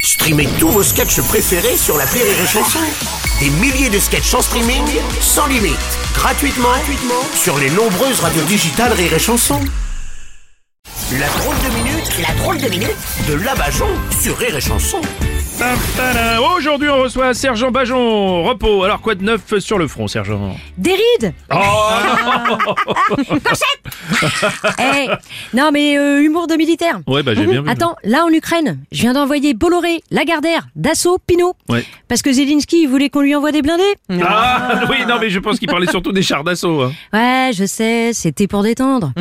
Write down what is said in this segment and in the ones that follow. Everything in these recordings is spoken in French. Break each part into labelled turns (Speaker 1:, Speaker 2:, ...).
Speaker 1: Streamez tous vos sketchs préférés sur la Rire et Chanson. Des milliers de sketchs en streaming, sans limite, gratuitement, gratuitement sur les nombreuses radios digitales Rire et Chanson. La drôle de minute, la drôle de minute de Labajon sur Rire et Chanson.
Speaker 2: Tadam Aujourd'hui, on reçoit Sergent Bajon. Repos. Alors, quoi de neuf sur le front, Sergent
Speaker 3: Des rides
Speaker 2: Oh
Speaker 3: Eh, Non mais euh, humour de militaire
Speaker 2: Ouais, bah, j'ai bien vu.
Speaker 3: Attends, là en Ukraine, je viens d'envoyer Bolloré, Lagardère, Dassault, Pinault.
Speaker 2: Ouais.
Speaker 3: Parce que Zelensky, il voulait qu'on lui envoie des blindés
Speaker 2: Ah oui, non, mais je pense qu'il parlait surtout des chars d'assaut. hein.
Speaker 3: Ouais, je sais, c'était pour détendre.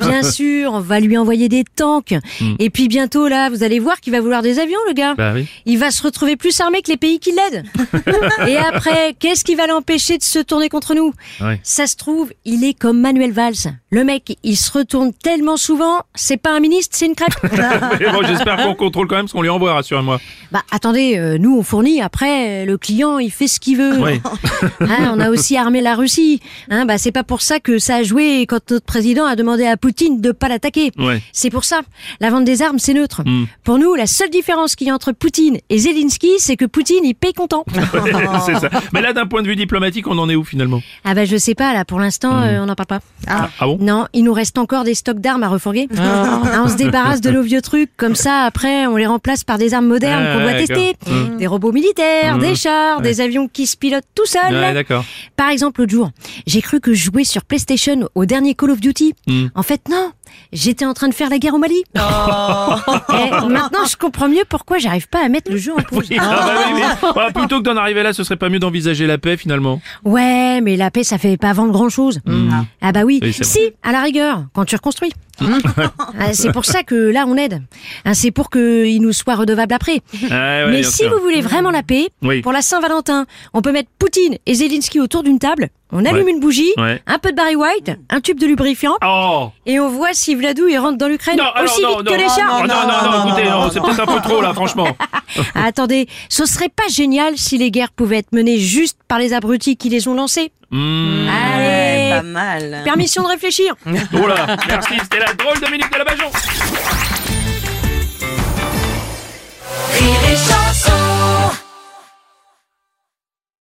Speaker 3: bien sûr, on va lui envoyer des tanks. Et puis bientôt, là, vous allez voir qu'il va vouloir des avions, le gars.
Speaker 2: Mm. Bah oui.
Speaker 3: Il va se retrouver plus armé que les pays qui l'aident. Et après, qu'est-ce qui va l'empêcher de se tourner contre nous
Speaker 2: Ouais.
Speaker 3: Ça se trouve, il est comme Manuel Valls. Le mec, il se retourne tellement souvent, c'est pas un ministre, c'est une crêpe.
Speaker 2: Mais bon, j'espère qu'on contrôle quand même ce qu'on lui envoie, rassurez-moi.
Speaker 3: bah attendez, euh, nous on fournit, après euh, le client il fait ce qu'il veut.
Speaker 2: Ouais.
Speaker 3: Hein, on a aussi armé la Russie. Hein, bah c'est pas pour ça que ça a joué quand notre président a demandé à Poutine de pas l'attaquer.
Speaker 2: Ouais.
Speaker 3: C'est pour ça. La vente des armes, c'est neutre.
Speaker 2: Mm. Hmm.
Speaker 3: Pour nous, la seule différence qu'il y a entre Poutine et Zelensky, c'est que Poutine, il paye content. Oh.
Speaker 2: C'est ça. Mais là, d'un point de vue diplomatique, on en est où finalement
Speaker 3: ah bah je sais pas, là, pour l'instant, euh, on n'en parle pas.
Speaker 2: Ah, ah bon
Speaker 3: Non, il nous reste encore des stocks d'armes à refourguer. Ah, on se débarrasse de nos vieux trucs, comme ça, après, on les remplace par des armes modernes
Speaker 2: Ah, Mmh.
Speaker 3: qu'on doit
Speaker 2: ouais,
Speaker 3: tester. Des robots militaires, des chars, des avions qui se pilotent tout seuls.
Speaker 2: Ouais, d'accord.
Speaker 3: par exemple, l'autre jour, j'ai cru que je jouais sur PlayStation au dernier Call of Duty.
Speaker 2: Mmh.
Speaker 3: En fait, non. J'étais en train de faire la guerre au Mali. Et maintenant, je comprends mieux pourquoi j'arrive pas à mettre le jeu en pause.
Speaker 2: Oui, ah, bah oui, oui. Ah, plutôt que d'en arriver là, ce serait pas mieux d'envisager la paix finalement
Speaker 3: Ouais, mais la paix, ça fait pas vendre grand chose. Ah bah oui.
Speaker 2: Mmh. Oui, c'est Mmh.
Speaker 3: si, à la rigueur, quand tu reconstruis. Ah, c'est pour ça que là, on aide. Ah, C'est pour qu'ils nous soient redevables après.
Speaker 2: Ah, ouais,
Speaker 3: mais
Speaker 2: bien
Speaker 3: si
Speaker 2: sûr.
Speaker 3: vous voulez vraiment la paix,
Speaker 2: Oui.
Speaker 3: pour la Saint-Valentin, on peut mettre Poutine et Zelensky autour d'une table, on allume
Speaker 2: Ouais.
Speaker 3: une bougie,
Speaker 2: Ouais.
Speaker 3: un peu de Barry White, un tube de lubrifiant,
Speaker 2: Oh
Speaker 3: et on voit si Vladou il rentre dans l'Ukraine
Speaker 2: Non, alors,
Speaker 3: aussi
Speaker 2: non,
Speaker 3: vite
Speaker 2: non,
Speaker 3: que les chars.
Speaker 2: Oh, non, non, non, écoutez, non, c'est peut-être un peu trop là, franchement.
Speaker 3: Ah, attendez, ce serait pas génial si les guerres pouvaient être menées juste par les abrutis qui les ont lancées
Speaker 2: Hmm.
Speaker 3: Allez,
Speaker 4: Ah Ouais, pas mal.
Speaker 3: permission de réfléchir
Speaker 2: Voilà, merci, c'était la drôle de minute de la Bajon.